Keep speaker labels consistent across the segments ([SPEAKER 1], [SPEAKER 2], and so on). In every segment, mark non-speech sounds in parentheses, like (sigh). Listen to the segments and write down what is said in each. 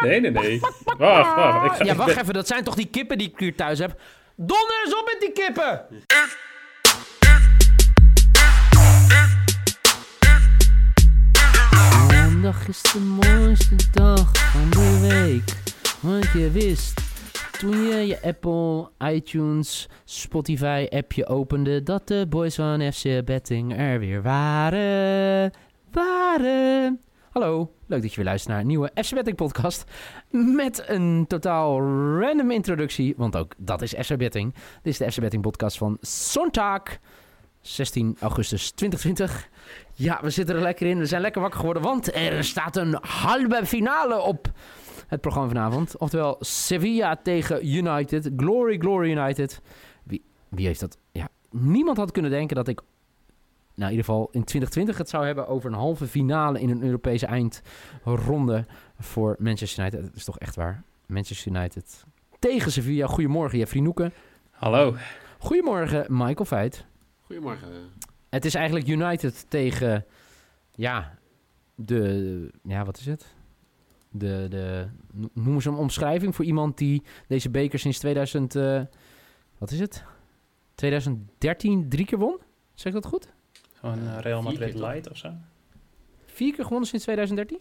[SPEAKER 1] Nee, nee, nee. Wacht, wacht. Ik ga,
[SPEAKER 2] Ja,
[SPEAKER 1] ik
[SPEAKER 2] wacht
[SPEAKER 1] ben-
[SPEAKER 2] even. Dat zijn toch die kippen die ik hier thuis heb? Donders op met die kippen! Maandag is de mooiste dag van de week. Want je wist, toen je je Apple, iTunes, Spotify appje opende... dat de boys van FC Betting er weer waren. Waren. Hallo, leuk dat je weer luistert naar een nieuwe FC Betting podcast. Met een totaal random introductie, want ook dat is FC Betting. Dit is de FC Betting podcast van zondag 16 augustus 2020. Ja, we zitten er lekker in. We zijn lekker wakker geworden, want er staat een halve finale op het programma vanavond. Oftewel Sevilla tegen United. Glory, glory United. Wie, wie heeft dat? Ja, niemand had kunnen denken dat ik... Nou, in ieder geval in 2020 het zou hebben over een halve finale in een Europese eindronde voor Manchester United. Dat is toch echt waar. Manchester United tegen Sevilla. Goedemorgen Jeffrey Noeken.
[SPEAKER 1] Hallo.
[SPEAKER 2] Goedemorgen Michael Veit.
[SPEAKER 3] Goedemorgen.
[SPEAKER 2] Het is eigenlijk United tegen. Ja, de. Ja, wat is het? De, de, no- noem eens een omschrijving voor iemand die deze beker sinds 2000. eh, wat is het? 2013 drie keer won? Zeg ik dat goed?
[SPEAKER 1] Gewoon eh, Real
[SPEAKER 3] Vier
[SPEAKER 1] Madrid
[SPEAKER 3] keer, toch?
[SPEAKER 1] Light of zo.
[SPEAKER 2] Vier keer gewonnen sinds 2013?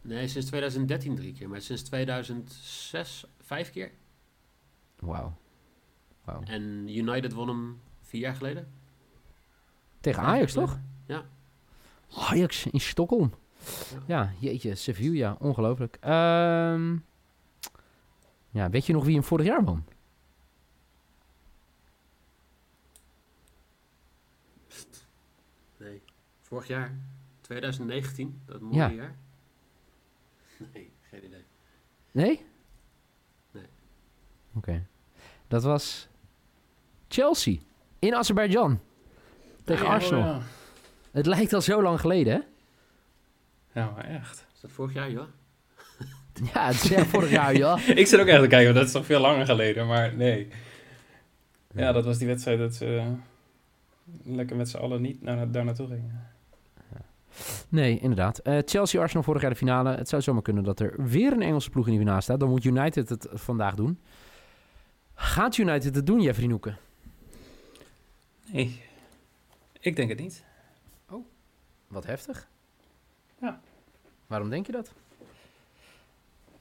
[SPEAKER 3] Nee, sinds 2013 drie keer, maar sinds 2006 vijf keer.
[SPEAKER 2] Wauw. Wauw.
[SPEAKER 3] En United won hem vier jaar geleden. (laughs)
[SPEAKER 2] Tegen Ajax toch?
[SPEAKER 3] Ja.
[SPEAKER 2] Ajax in Stockholm. Ja, jeetje, Sevilla, ongelooflijk. Ehm, ja, weet je nog wie hem vorig jaar won?
[SPEAKER 3] Nee. Vorig jaar, 2019, dat mooie
[SPEAKER 2] Ja.
[SPEAKER 3] jaar. (laughs) Nee, geen idee.
[SPEAKER 2] Nee?
[SPEAKER 3] Nee.
[SPEAKER 2] Oké. Dat was Chelsea in Azerbeidzjan tegen Arsenal.
[SPEAKER 1] Ja,
[SPEAKER 2] Het lijkt al zo lang geleden, hè?
[SPEAKER 1] Ja, maar echt.
[SPEAKER 3] Is dat vorig jaar, ja?
[SPEAKER 2] Ja, het is echt vorig jaar,
[SPEAKER 1] (laughs)
[SPEAKER 2] ja.
[SPEAKER 1] Ik zit ook echt te kijken, want dat is toch veel langer geleden, maar nee. Ja, dat was die wedstrijd dat ze eh, lekker met z'n allen niet naar, daar naartoe gingen.
[SPEAKER 2] Nee, inderdaad. Eh, Chelsea-Arsenal vorig jaar de finale. Het zou zomaar kunnen dat er weer een Engelse ploeg in die finale staat. Dan moet United het vandaag doen. Gaat United het doen, Jeffrey Noeken?
[SPEAKER 1] Nee. Ik denk het niet.
[SPEAKER 2] Wat heftig.
[SPEAKER 1] Ja.
[SPEAKER 2] Waarom denk je dat?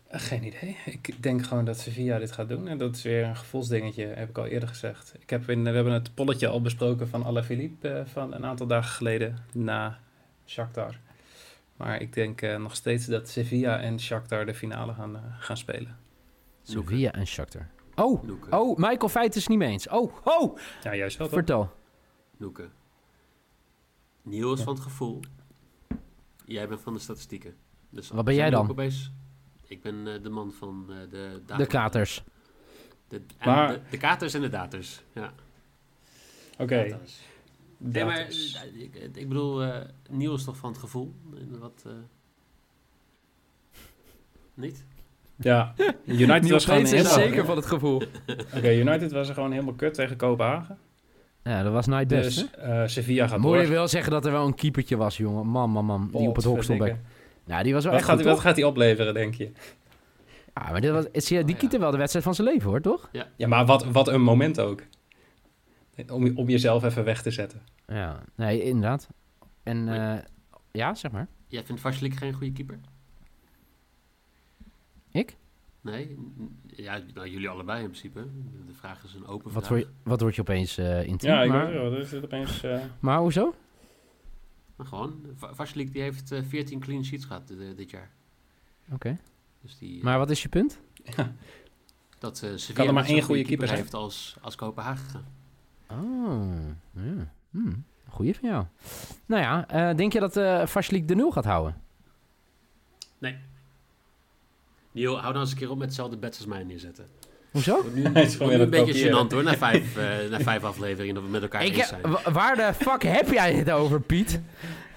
[SPEAKER 1] Eh, Geen idee. Ik denk gewoon dat Sevilla dit gaat doen. En dat is weer een gevoelsdingetje, heb ik al eerder gezegd. Ik heb in, we hebben het polletje al besproken van Alaphilippe eh, van een aantal dagen geleden na Shakhtar. Maar ik denk eh, nog steeds dat Sevilla en Shakhtar de finale gaan, eh, gaan spelen.
[SPEAKER 2] Sofia en Shakhtar. Oh,
[SPEAKER 3] Noeken.
[SPEAKER 2] oh, Michael Feit is het niet mee eens. Oh, oh,
[SPEAKER 1] Ja, juist wel toch?
[SPEAKER 2] vertel.
[SPEAKER 3] Noeke. Niel is van het gevoel. Jij bent van de statistieken. Dus
[SPEAKER 2] Wat ben
[SPEAKER 3] zijn
[SPEAKER 2] jij
[SPEAKER 3] we
[SPEAKER 2] dan?
[SPEAKER 3] ook opeens- Ik ben eh, de man van eh, de data.
[SPEAKER 2] De katers.
[SPEAKER 3] De, en
[SPEAKER 1] Maar-
[SPEAKER 3] de, de katers en de daters. Ja.
[SPEAKER 1] Oké.
[SPEAKER 3] Daters. Nee, maar
[SPEAKER 1] Daters.
[SPEAKER 3] eh, ik, ik bedoel, eh Niel is toch van het gevoel? En Wat, eh, (laughs) Niet?
[SPEAKER 1] Ja,
[SPEAKER 2] (laughs)
[SPEAKER 1] United was gewoon helemaal...
[SPEAKER 2] zeker van het gevoel.
[SPEAKER 1] Oké, United was er gewoon helemaal kut tegen Kopenhagen.
[SPEAKER 2] Ja, dat was night best.
[SPEAKER 1] Dus eh, Sevilla
[SPEAKER 2] hè?
[SPEAKER 1] gaat
[SPEAKER 2] Moet je
[SPEAKER 1] door.
[SPEAKER 2] wel zeggen dat er wel een keepertje was, jongen. Man, man, man. Die op het hok stond. bij-
[SPEAKER 1] Potverdikke.
[SPEAKER 2] Nou, die was wel
[SPEAKER 1] Wat
[SPEAKER 2] echt
[SPEAKER 1] gaat,
[SPEAKER 2] goed,
[SPEAKER 1] wat
[SPEAKER 2] toch?
[SPEAKER 1] gaat hij opleveren, denk je?
[SPEAKER 2] Ja, maar dit was, zie je, die
[SPEAKER 3] Oh, ja.
[SPEAKER 2] kiet wel de wedstrijd van zijn leven, hoor, toch?
[SPEAKER 1] Ja, maar wat, wat een moment ook. Om, om jezelf even weg te zetten.
[SPEAKER 2] Ja, nee, inderdaad. En
[SPEAKER 3] Maar-
[SPEAKER 2] eh, ja, zeg maar.
[SPEAKER 3] Jij vindt Varslik geen goede keeper?
[SPEAKER 2] Ik?
[SPEAKER 3] Nee? N- Ja, nou, jullie allebei in principe. De vraag is een open
[SPEAKER 2] Wat,
[SPEAKER 3] vraag.
[SPEAKER 2] word, wat word je opeens eh intiem?
[SPEAKER 1] Ja, ik
[SPEAKER 2] maar,
[SPEAKER 1] weet wel. Er zit opeens... eh,
[SPEAKER 2] maar hoezo?
[SPEAKER 3] Maar gewoon, Va- Varslik die heeft eh, 14 clean sheets gehad eh, dit jaar.
[SPEAKER 2] Oké.
[SPEAKER 3] Dus die, eh,
[SPEAKER 2] Maar wat is je punt?
[SPEAKER 3] dat eh Sevilla
[SPEAKER 1] Kan er maar
[SPEAKER 3] niet zo'n
[SPEAKER 1] één goede keeper zijn.
[SPEAKER 3] heeft als, als Kopenhagen.
[SPEAKER 2] Oh, ja. Hm, goeie van jou. Nou ja, eh, denk je dat eh Varslik de nul gaat houden?
[SPEAKER 3] Nee. Niel, hou nou eens een keer op met hetzelfde bets als mij neerzetten.
[SPEAKER 2] Hoezo?
[SPEAKER 3] Wordt nu,
[SPEAKER 1] (laughs) Hij is
[SPEAKER 3] wordt
[SPEAKER 1] gewoon
[SPEAKER 3] nu
[SPEAKER 1] weer
[SPEAKER 3] een
[SPEAKER 1] aan het
[SPEAKER 3] beetje
[SPEAKER 1] kopiëren.
[SPEAKER 3] gênant hoor, na vijf, eh, na vijf afleveringen dat we met elkaar
[SPEAKER 2] Ik
[SPEAKER 3] eens zijn.
[SPEAKER 2] heb- wa- waar de fuck heb jij het over, Piet?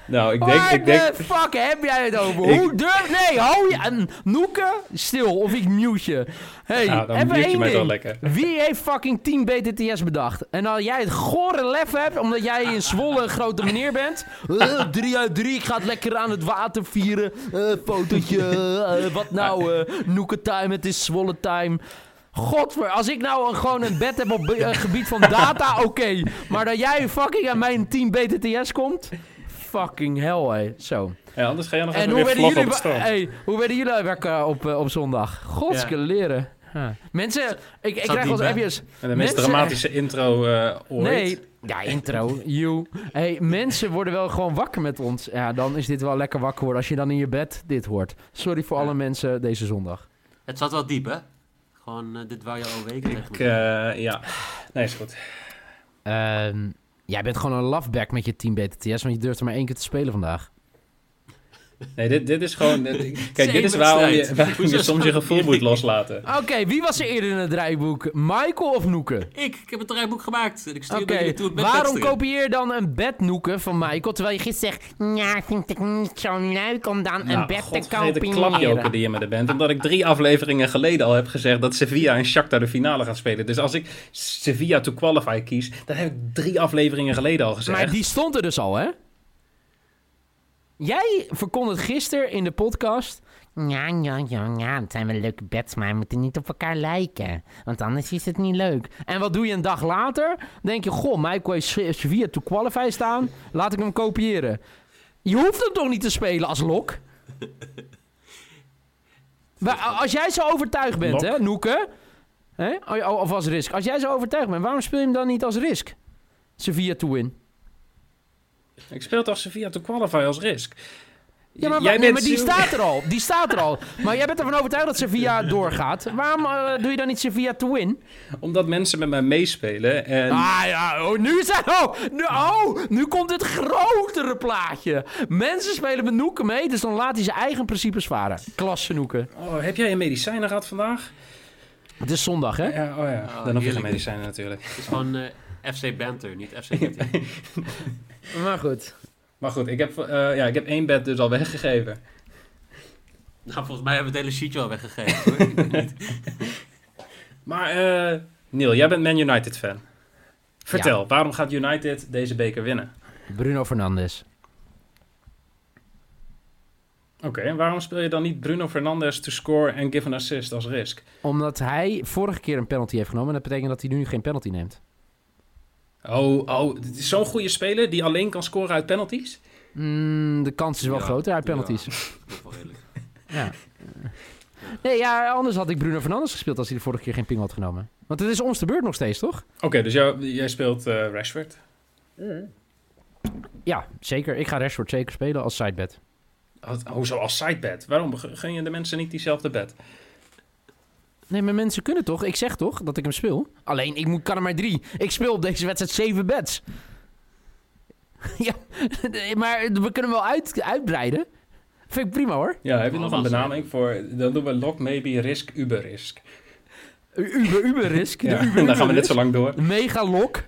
[SPEAKER 1] Nou, ik denk,
[SPEAKER 2] waar
[SPEAKER 1] ik denk,
[SPEAKER 2] de fuck heb jij het over?
[SPEAKER 1] Ik-
[SPEAKER 2] Hoe durf... Nee, hou je... en Noeke, stil, of ik mute je. Hey,
[SPEAKER 1] nou, dan
[SPEAKER 2] even
[SPEAKER 1] mute je
[SPEAKER 2] één
[SPEAKER 1] mij wel
[SPEAKER 2] ding.
[SPEAKER 1] (laughs) lekker.
[SPEAKER 2] Wie heeft fucking 10 BTTS bedacht? En als jij het gore lef hebt, omdat jij in Zwolle een grote meneer bent. 3 uit 3, ik ga het lekker aan het water vieren. Eh, fotootje, eh, wat nou? eh Noeke time, het is Zwolle time. Godver, als ik nou een, gewoon een bed heb op be- eh, gebied van data, oké. Maar dat jij fucking aan mijn 10 BTTS komt? Fucking hell, hé. Zo.
[SPEAKER 1] Ja, anders ga jij nog
[SPEAKER 2] En
[SPEAKER 1] even
[SPEAKER 2] hoe
[SPEAKER 1] weer
[SPEAKER 2] werden,
[SPEAKER 1] vlaggen
[SPEAKER 2] jullie,
[SPEAKER 1] op het strand.
[SPEAKER 2] hey, hoe werden jullie wakker op, eh, op zondag? Godske leren. Mensen, ik, ik
[SPEAKER 3] Zat
[SPEAKER 2] krijg wel eens
[SPEAKER 3] diep, hè?
[SPEAKER 2] appjes.
[SPEAKER 1] En de meest
[SPEAKER 2] eh, mensen-
[SPEAKER 1] dramatische intro eh ooit.
[SPEAKER 2] Nee, ja, intro, you. Hey, mensen worden wel gewoon wakker met ons. Ja, dan is dit wel lekker wakker worden als je dan in je bed dit hoort. Sorry voor
[SPEAKER 3] Ja.
[SPEAKER 2] alle mensen deze zondag.
[SPEAKER 3] Het zat wel diep, hè? Gewoon, eh, dit wou je al een week
[SPEAKER 1] Ik, eh, ja. Nee, is goed.
[SPEAKER 2] Ehm, jij bent gewoon een lafback met je team BTTS, want je durft er maar één keer te spelen vandaag.
[SPEAKER 1] Nee, dit, dit is
[SPEAKER 2] (laughs)
[SPEAKER 1] gewoon... dit- kijk, dit is
[SPEAKER 3] Zeven
[SPEAKER 1] waarom je,
[SPEAKER 3] strijd.
[SPEAKER 1] waarom je
[SPEAKER 3] Hoezo
[SPEAKER 1] soms je
[SPEAKER 3] staat
[SPEAKER 1] gevoel
[SPEAKER 3] hier?
[SPEAKER 1] moet loslaten.
[SPEAKER 2] Oké, wie was er eerder in het draaiboek? Michael of Noeke?
[SPEAKER 3] ik, ik heb een draaiboek gemaakt en ik stuur
[SPEAKER 2] eh, Oké,
[SPEAKER 3] okay, jullie toe het
[SPEAKER 2] waarom
[SPEAKER 3] bedbedster in.
[SPEAKER 2] kopieer je dan een bed, Noeke, van Michael, terwijl je gisteren zegt... Ja, vind ik niet zo leuk
[SPEAKER 1] Nou,
[SPEAKER 2] om dan een bed te
[SPEAKER 1] de klapjoker
[SPEAKER 2] kopiëren.
[SPEAKER 1] die je met de bent. Omdat ik drie afleveringen geleden al heb gezegd dat Sevilla en Shakhtar de finale gaan spelen. Dus als ik Sevilla to qualify kies, dan heb ik drie afleveringen geleden al gezegd.
[SPEAKER 2] Maar die stond er dus al, hè? Jij verkondigt gisteren in de podcast...
[SPEAKER 4] Ja, ja, ja, ja, het zijn wel leuke bets, maar we moeten niet op elkaar lijken. Want anders is het niet leuk.
[SPEAKER 2] En wat doe je een dag later? Denk je, goh, Michael heeft Se- Sevilla to qualify staan. Laat ik hem kopiëren. Je hoeft hem toch niet te spelen als
[SPEAKER 1] (laughs)
[SPEAKER 2] lok? Maar a- als jij zo overtuigd bent,
[SPEAKER 1] Lok.
[SPEAKER 2] hè, Noeke? Hè? O- o- Of als risk. Als jij zo overtuigd bent, waarom speel je hem dan niet als risk? Sevilla to win.
[SPEAKER 1] Ik speel toch Sevilla to qualify als risk?
[SPEAKER 2] Ja, maar,
[SPEAKER 1] Jij
[SPEAKER 2] wa-
[SPEAKER 1] bent
[SPEAKER 2] nee, maar die
[SPEAKER 1] zo-
[SPEAKER 2] staat er al. Die staat er
[SPEAKER 1] (laughs)
[SPEAKER 2] al. Maar jij bent ervan overtuigd dat Sevilla doorgaat. Waarom eh, doe je dan niet Sevilla to win?
[SPEAKER 1] Omdat mensen met mij meespelen. En...
[SPEAKER 2] Ah ja, oh, nu, is (laughs) het, oh, nu, oh, nu komt het grotere plaatje. Mensen spelen met Noeken mee, dus dan laat hij zijn eigen principes varen. Klasse Noeken.
[SPEAKER 1] Oh, heb jij een medicijnen gehad vandaag?
[SPEAKER 2] Het is zondag, hè? Ah,
[SPEAKER 1] Ja, oh ja. Dan nog weer
[SPEAKER 3] Oh,
[SPEAKER 1] geen
[SPEAKER 3] heerlijk.
[SPEAKER 1] medicijnen natuurlijk.
[SPEAKER 3] Het is gewoon eh, FC Banter, niet
[SPEAKER 2] (laughs)
[SPEAKER 3] FC Banter.
[SPEAKER 2] Maar goed.
[SPEAKER 1] Maar goed, ik heb, eh, ja, ik heb één bed dus al weggegeven.
[SPEAKER 3] nou, volgens mij hebben we het hele sheetje al weggegeven. Hoor. Ik weet niet.
[SPEAKER 1] Maar eh, Neil, jij bent Man United fan. Vertel, waarom gaat United deze beker winnen?
[SPEAKER 2] Bruno Fernandes.
[SPEAKER 1] Oké, en waarom speel je dan niet Bruno Fernandes to score en give an assist als risk?
[SPEAKER 2] Omdat hij vorige keer een penalty heeft genomen. En dat betekent dat hij nu geen penalty neemt.
[SPEAKER 1] Oh, oh, dit is zo'n goede speler die alleen kan scoren uit penalties?
[SPEAKER 2] Mm, de kans is wel
[SPEAKER 3] Ja,
[SPEAKER 2] groter uit
[SPEAKER 3] ja.
[SPEAKER 2] penalties.
[SPEAKER 3] Toch wel eerlijk.
[SPEAKER 2] Ja. (laughs) Nee, ja, anders had ik Bruno Fernandes gespeeld als hij de vorige keer geen ping had genomen. Want het is ons de beurt nog steeds, toch?
[SPEAKER 1] Oké, dus jou, jij speelt eh, Rashford.
[SPEAKER 2] Ja, zeker. Ik ga Rashford zeker spelen als sidebed.
[SPEAKER 1] Wat- Hoezo als sidebed? Waarom gun gun je de mensen niet diezelfde bed?
[SPEAKER 2] Nee, maar mensen kunnen toch? Ik zeg toch dat ik hem speel? Alleen, ik moet, kan er maar drie. Ik speel op deze wedstrijd zeven bets. (laughs) ja, (laughs) maar we kunnen wel uit, uitbreiden. Vind ik prima hoor.
[SPEAKER 1] Ja, heb je nog een
[SPEAKER 3] Allemaal
[SPEAKER 1] benaming voor? Dan doen we lock, maybe, risk, uber, risk.
[SPEAKER 2] U- Uber, Uber risk.
[SPEAKER 1] Ja, en (laughs) dan gaan we net zo lang door.
[SPEAKER 2] Mega lok.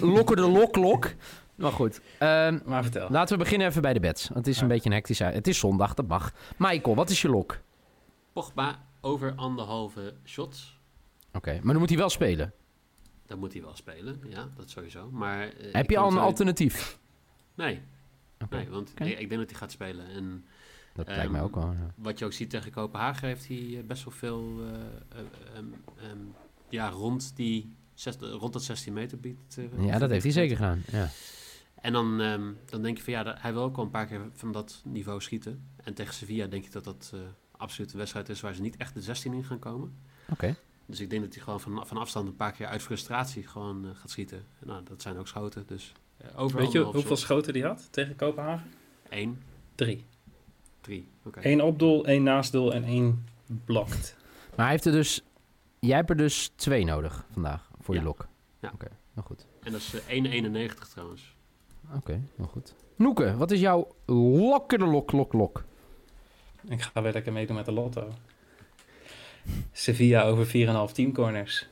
[SPEAKER 2] Lokker de lok, lok. Maar goed. ehm,
[SPEAKER 1] Maar vertel.
[SPEAKER 2] laten we beginnen even bij de bets. Want het is een beetje een hectische... Het is zondag, dat mag. Michael, wat is je lok? Oké,
[SPEAKER 3] Pogba over anderhalve shots.
[SPEAKER 2] maar dan moet hij wel spelen.
[SPEAKER 3] Dat moet hij wel spelen, ja, dat sowieso. Maar, eh, ik
[SPEAKER 2] Heb je
[SPEAKER 3] kan
[SPEAKER 2] al een
[SPEAKER 3] het wel-
[SPEAKER 2] alternatief?
[SPEAKER 3] Nee,
[SPEAKER 2] Oké,
[SPEAKER 3] nee want
[SPEAKER 2] Oké.
[SPEAKER 3] ik, ik denk dat hij gaat spelen. En
[SPEAKER 2] Dat
[SPEAKER 3] Ehm,
[SPEAKER 2] lijkt mij ook wel. ja.
[SPEAKER 3] wat je ook ziet tegen Kopenhagen heeft hij eh, best wel veel eh, eh, ehm, ehm, ja, rond, die zes- rond dat 16 meter biedt. eh,
[SPEAKER 2] Ja, dat heeft hij zeker gedaan. Ja.
[SPEAKER 3] En dan, ehm, dan denk je van ja, da- hij wil ook al een paar keer van dat niveau schieten. En tegen Sevilla denk je dat dat eh, absoluut een wedstrijd is waar ze niet echt de 16 in gaan komen.
[SPEAKER 2] Oké.
[SPEAKER 3] Dus ik denk dat hij gewoon van, van afstand een paar keer uit frustratie gewoon eh, gaat schieten. En Nou, dat zijn ook schoten, dus eh, over
[SPEAKER 1] Weet je
[SPEAKER 3] anderhalf
[SPEAKER 1] hoeveel
[SPEAKER 3] shot.
[SPEAKER 1] schoten die had tegen Kopenhagen?
[SPEAKER 3] Eén,
[SPEAKER 1] Drie.
[SPEAKER 3] drie. Oké.
[SPEAKER 1] Eén opdoel, één naastdoel en één blokt.
[SPEAKER 2] Maar hij heeft er dus... Jij hebt er dus twee nodig vandaag voor je
[SPEAKER 3] Ja.
[SPEAKER 2] lok.
[SPEAKER 3] Ja.
[SPEAKER 2] Oké, nou goed.
[SPEAKER 3] En dat is eh, 1,91 trouwens.
[SPEAKER 2] Oké, nou goed. Noeke, wat is jouw lokkende lok, lok, lok?
[SPEAKER 1] Ik ga weer lekker meedoen met de lotto. Sevilla over 4,5 teamcorners.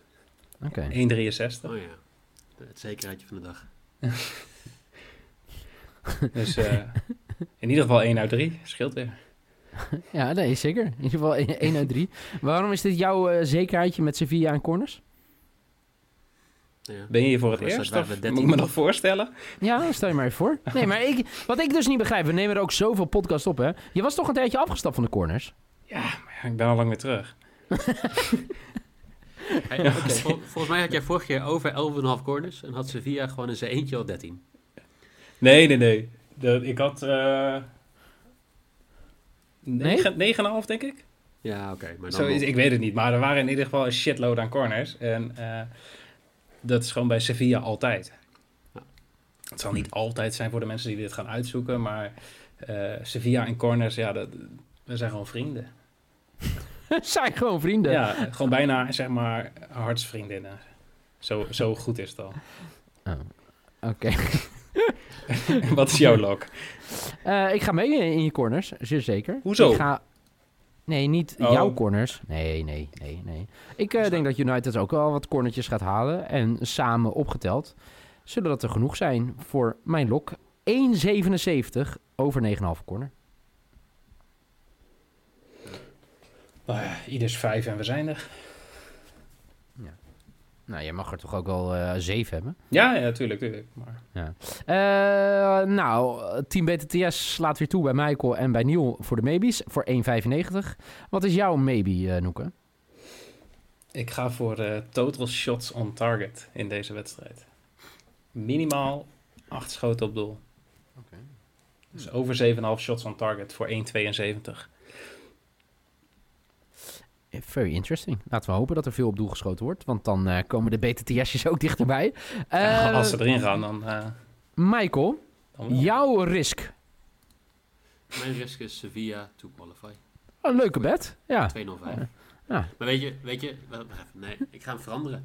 [SPEAKER 2] Oké.
[SPEAKER 1] 1,63.
[SPEAKER 3] Oh ja, het zekerheidje van de dag.
[SPEAKER 1] Dus eh, in ieder geval 1 uit 3. Scheelt weer.
[SPEAKER 2] Ja, nee, zeker. In ieder geval 1 uit 3. (laughs) Waarom is dit jouw eh, zekerheidje met Sevilla en corners?
[SPEAKER 3] Ja.
[SPEAKER 1] Ben je hier voor het
[SPEAKER 3] Volgens mij
[SPEAKER 1] eerst?
[SPEAKER 3] waren we
[SPEAKER 1] of Moet
[SPEAKER 3] 13.
[SPEAKER 1] ik me nog voorstellen?
[SPEAKER 2] Ja, stel je maar even voor. Nee, maar ik, wat ik dus niet begrijp, we nemen er ook zoveel podcasts op, hè? Je was toch een tijdje afgestapt van de corners? (laughs)
[SPEAKER 1] Ja, maar ik ben al lang weer terug.
[SPEAKER 3] Hey,
[SPEAKER 1] (laughs)
[SPEAKER 3] oké, vol- volgens mij had jij vorig jaar over 11,5 corners en had Sevilla gewoon in zijn eentje al 13.
[SPEAKER 1] Nee, nee, nee. Dat- ik had... eh negen- 9,5 denk ik.
[SPEAKER 3] Ja, oké. maar dan
[SPEAKER 1] Zo is,
[SPEAKER 3] nog.
[SPEAKER 1] ik weet het niet, maar er waren in ieder geval een shitload aan corners. En eh, dat is gewoon bij Sevilla altijd.
[SPEAKER 3] Ja.
[SPEAKER 1] Het zal niet altijd zijn voor de mensen die dit gaan uitzoeken, maar eh, Sevilla en corners, ja, dat, we zijn gewoon vrienden.
[SPEAKER 2] Zijn gewoon vrienden.
[SPEAKER 1] Ja, gewoon bijna, zeg maar, hartsvriendinnen. Zo, zo goed is het al. (laughs)
[SPEAKER 2] Oh, Oké.
[SPEAKER 1] Wat is jouw lok?
[SPEAKER 2] Eh, ik ga mee in je corners, zeer zeker.
[SPEAKER 1] Hoezo?
[SPEAKER 2] Ik ga... Nee, niet
[SPEAKER 1] Oh.
[SPEAKER 2] jouw corners. Nee, nee, nee, nee. Ik eh, denk dat United ook wel wat cornertjes gaat halen. En samen opgeteld zullen dat er genoeg zijn voor mijn lok. 1,77 over 9,5 corner.
[SPEAKER 1] Nou ja, ieders vijf en we zijn er.
[SPEAKER 2] Nou, jij mag er toch ook wel eh 7 hebben?
[SPEAKER 1] Ja, ja, tuurlijk, tuurlijk. Maar
[SPEAKER 2] Eh, nou, Team BTTS slaat weer toe bij Michael en bij Neil voor de maybes. Voor 1,95. Wat is jouw maybe, eh, Noeke?
[SPEAKER 1] ik ga voor eh, total shots on target in deze wedstrijd. Minimaal acht schoten op doel. Dus over 7,5 shots on target voor 1,72.
[SPEAKER 2] Eh, Very interesting. Laten we hopen dat er veel op doel geschoten wordt. Want dan eh, komen de BTTS'jes ook dichterbij. Eh,
[SPEAKER 1] En als ze erin gaan, dan... eh,
[SPEAKER 2] Michael,
[SPEAKER 1] dan
[SPEAKER 2] Oh,
[SPEAKER 1] wel.
[SPEAKER 2] jouw risk.
[SPEAKER 3] Mijn risk is Sevilla to qualify.
[SPEAKER 2] Een leuke bet.
[SPEAKER 1] Ah.
[SPEAKER 2] Ja.
[SPEAKER 3] 205.
[SPEAKER 2] Ja.
[SPEAKER 3] Maar weet je, weet je, wacht even, nee, ik ga hem veranderen.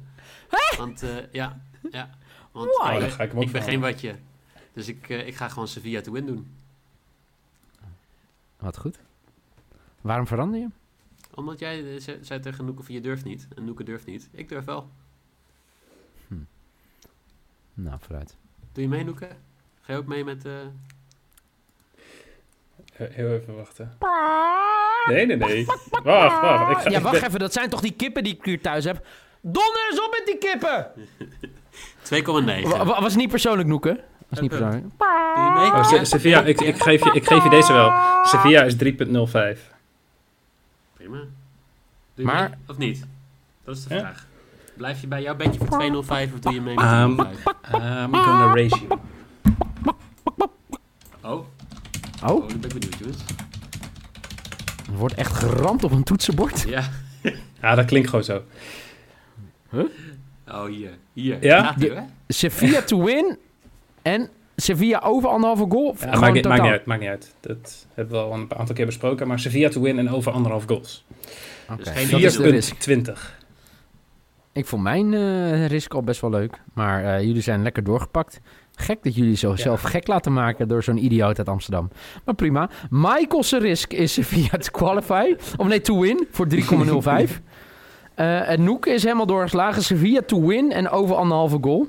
[SPEAKER 3] Want eh, ja, ja. Want
[SPEAKER 1] Oh,
[SPEAKER 3] ik,
[SPEAKER 1] dan
[SPEAKER 3] ben-
[SPEAKER 1] ga ik hem ook
[SPEAKER 3] ik ben geen
[SPEAKER 1] veranderen.
[SPEAKER 3] watje. Dus ik, eh, ik ga gewoon Sevilla to win doen.
[SPEAKER 2] Wat goed. Waarom verander je?
[SPEAKER 3] Omdat jij eh, ze- zei tegen Noeke van je durft niet. En Noeke durft niet. Ik durf wel.
[SPEAKER 2] Nou, vooruit.
[SPEAKER 3] Doe je mee, Noeke? Ga je ook mee met... eh,
[SPEAKER 1] He- Heel even wachten. Nee, nee, nee. Wacht, wacht. Ik ga,
[SPEAKER 2] Ja,
[SPEAKER 1] ik
[SPEAKER 2] wacht
[SPEAKER 1] ben-
[SPEAKER 2] even. Dat zijn toch die kippen die ik hier thuis heb? Donders op met die kippen!
[SPEAKER 3] 2,9.
[SPEAKER 2] Wa- wa- was niet persoonlijk, Noeke. Was niet
[SPEAKER 3] punt.
[SPEAKER 2] persoonlijk.
[SPEAKER 3] Doe je mee?
[SPEAKER 1] Oh, Se- Sevilla, ik, ik, geef je, ik geef je deze wel. Sevilla is 3,05.
[SPEAKER 3] Prima. Doe je
[SPEAKER 2] Maar-
[SPEAKER 3] mee of niet? Dat is de
[SPEAKER 1] Ja.
[SPEAKER 3] vraag. Blijf je bij jouw bedje voor 205 of doe je mee met
[SPEAKER 1] Ehm,
[SPEAKER 3] 205?
[SPEAKER 1] I'm gonna raise you.
[SPEAKER 3] Oh,
[SPEAKER 2] Oh,
[SPEAKER 3] oh, dat ben ik benieuwd, jongens.
[SPEAKER 2] er wordt echt geramd op een toetsenbord.
[SPEAKER 3] Ja.
[SPEAKER 1] Ja, dat klinkt gewoon zo.
[SPEAKER 3] Oh, hier. Hier.
[SPEAKER 1] Ja?
[SPEAKER 3] Gaat die, hè?
[SPEAKER 2] Sevilla to win. En Sevilla over anderhalve goal.
[SPEAKER 1] Ja,
[SPEAKER 2] Gewoon
[SPEAKER 1] maakt, niet,
[SPEAKER 2] totaal.
[SPEAKER 1] maakt niet uit, maakt niet uit. Dat hebben we al een aantal keer besproken. Maar Sevilla to win en over anderhalf goals.
[SPEAKER 2] Oké,
[SPEAKER 3] Dus geen
[SPEAKER 2] dat is de
[SPEAKER 3] idee.
[SPEAKER 2] risk.
[SPEAKER 1] 4,20.
[SPEAKER 2] Ik vond mijn eh risk al best wel leuk. Maar eh, jullie zijn lekker doorgepakt. Gek dat jullie zo
[SPEAKER 1] Ja.
[SPEAKER 2] zelf gek laten maken door zo'n idioot uit Amsterdam. Maar prima. Michael's risk is (laughs) Sevilla to qualify. Of nee, to win voor 3,05. Eh en Noeke is helemaal doorgeslagen. Sevilla to win en over anderhalve goal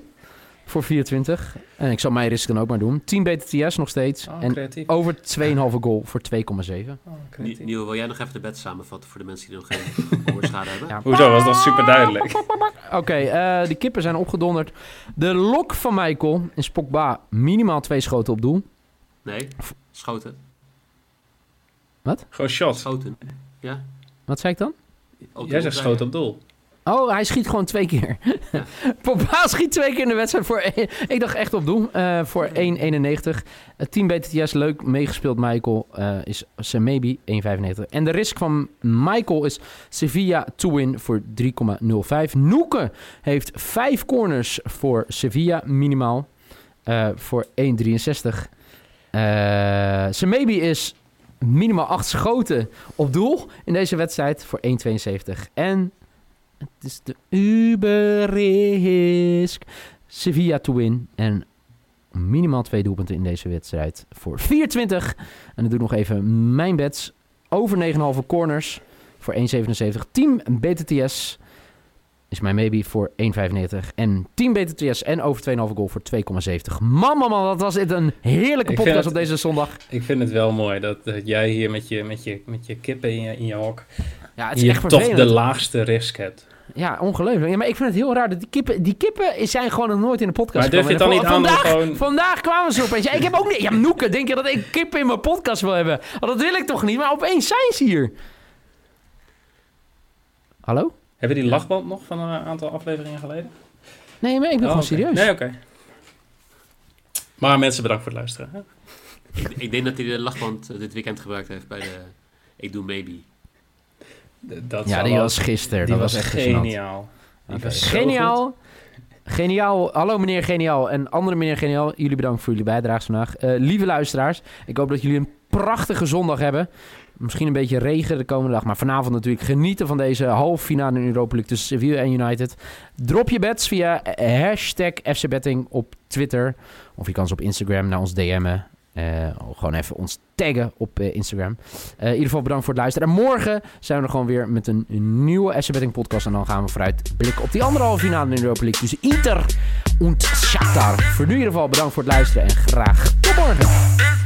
[SPEAKER 2] voor 24. En ik zal mijn risk dan ook maar doen. 10 BTTS nog steeds.
[SPEAKER 1] Oh,
[SPEAKER 2] en
[SPEAKER 1] creatief.
[SPEAKER 2] Over 2,5 goal voor 2,7.
[SPEAKER 1] Oh,
[SPEAKER 3] Nie-
[SPEAKER 1] creatief.
[SPEAKER 3] Nieuwe, wil jij nog even de bed samenvatten voor de mensen die nog geen (laughs) gehoorschade hebben?
[SPEAKER 2] Ja.
[SPEAKER 1] Hoezo, was dat super duidelijk?
[SPEAKER 2] Oké, eh, de kippen zijn opgedonderd. De lok van Michael is Pogba minimaal twee schoten op doel.
[SPEAKER 3] Nee? Schoten.
[SPEAKER 1] Gewoon shots.
[SPEAKER 3] Schoten. Ja?
[SPEAKER 2] Wat zei ik dan?
[SPEAKER 3] Op
[SPEAKER 1] Jij
[SPEAKER 3] de
[SPEAKER 1] zegt schoot op doel.
[SPEAKER 2] Oh, hij schiet gewoon twee keer. (laughs) Pogba schiet twee keer in de wedstrijd voor... één- ik dacht echt op doel. eh, voor 1,91. Het team BTTS, leuk meegespeeld Michael. eh, is zijn maybe 1,95. En de risk van Michael is Sevilla to win voor 3,05. Noeke heeft vijf corners voor Sevilla minimaal. eh, voor 1,63. Eh, Zijn maybe is minimaal acht schoten op doel in deze wedstrijd voor 1,72. En het is de Uber-risk. Sevilla to win. En minimaal twee doelpunten in deze wedstrijd voor 4,20. En dan doe ik nog even mijn bets. Over 9,5 corners voor 1,77. Team BTTS is mijn maybe voor 1,95. En Team BTTS en over 2,5 goal voor 2,70. Man, man, man, wat was dit een heerlijke
[SPEAKER 1] Ik
[SPEAKER 2] podcast
[SPEAKER 1] vind het-
[SPEAKER 2] op deze zondag.
[SPEAKER 1] Ik vind het wel mooi dat, dat jij hier met je, met je, met je kippen in je, in je hok...
[SPEAKER 2] Ja, het is
[SPEAKER 1] je
[SPEAKER 2] echt
[SPEAKER 1] toch
[SPEAKER 2] vervelend.
[SPEAKER 1] de laagste risk hebt.
[SPEAKER 2] Ja, ongelooflijk. Ja, maar ik vind het heel raar dat die kippen, die kippen is- zijn gewoon nog nooit in de podcast
[SPEAKER 1] Maar durf je
[SPEAKER 2] gekomen.
[SPEAKER 1] het dan
[SPEAKER 2] En
[SPEAKER 1] niet aan om
[SPEAKER 2] vandaag,
[SPEAKER 1] gewoon-
[SPEAKER 2] vandaag kwamen ze opeens. Ja, ik heb ook niet... Ja, Noeke, denk je dat ik kippen in mijn podcast wil hebben? Oh, dat wil ik toch niet? Maar opeens zijn ze hier. Hallo?
[SPEAKER 1] Hebben die lachband nog van een aantal afleveringen geleden?
[SPEAKER 2] Nee, maar ik ben
[SPEAKER 1] Oh,
[SPEAKER 2] gewoon
[SPEAKER 1] oké.
[SPEAKER 2] serieus.
[SPEAKER 1] Nee, oké. Maar mensen, bedankt voor het luisteren. hè.
[SPEAKER 3] Ik, ik denk dat hij de lachband eh, dit weekend gebruikt heeft bij de Ik Doe Maybe.
[SPEAKER 1] D- Dat
[SPEAKER 2] ja,
[SPEAKER 1] zal
[SPEAKER 2] die
[SPEAKER 1] wel-
[SPEAKER 2] was gisteren.
[SPEAKER 1] die
[SPEAKER 2] dat was,
[SPEAKER 1] was
[SPEAKER 2] echt gênant.
[SPEAKER 1] geniaal. Die
[SPEAKER 2] Oké.
[SPEAKER 1] was zo
[SPEAKER 2] Geniaal. Geniaal. Hallo meneer Geniaal en andere meneer Geniaal. Jullie bedankt voor jullie bijdrage vandaag. Eh, lieve luisteraars, ik hoop dat jullie een prachtige zondag hebben. Misschien een beetje regen de komende dag, maar vanavond natuurlijk genieten van deze halve finale in Europa League tussen Sevilla en United. Drop je bets via eh, hashtag FCBetting op Twitter. Of je kan ze op Instagram naar ons DM'en. Eh, gewoon even ons taggen op eh, Instagram. Eh, in ieder geval bedankt voor het luisteren. En morgen zijn we er gewoon weer met een nieuwe SC Betting podcast. En dan gaan we vooruit blikken op die andere halve finale in de Europa League. Dus Inter und Shakhtar. Voor nu in ieder geval bedankt voor het luisteren en graag tot morgen.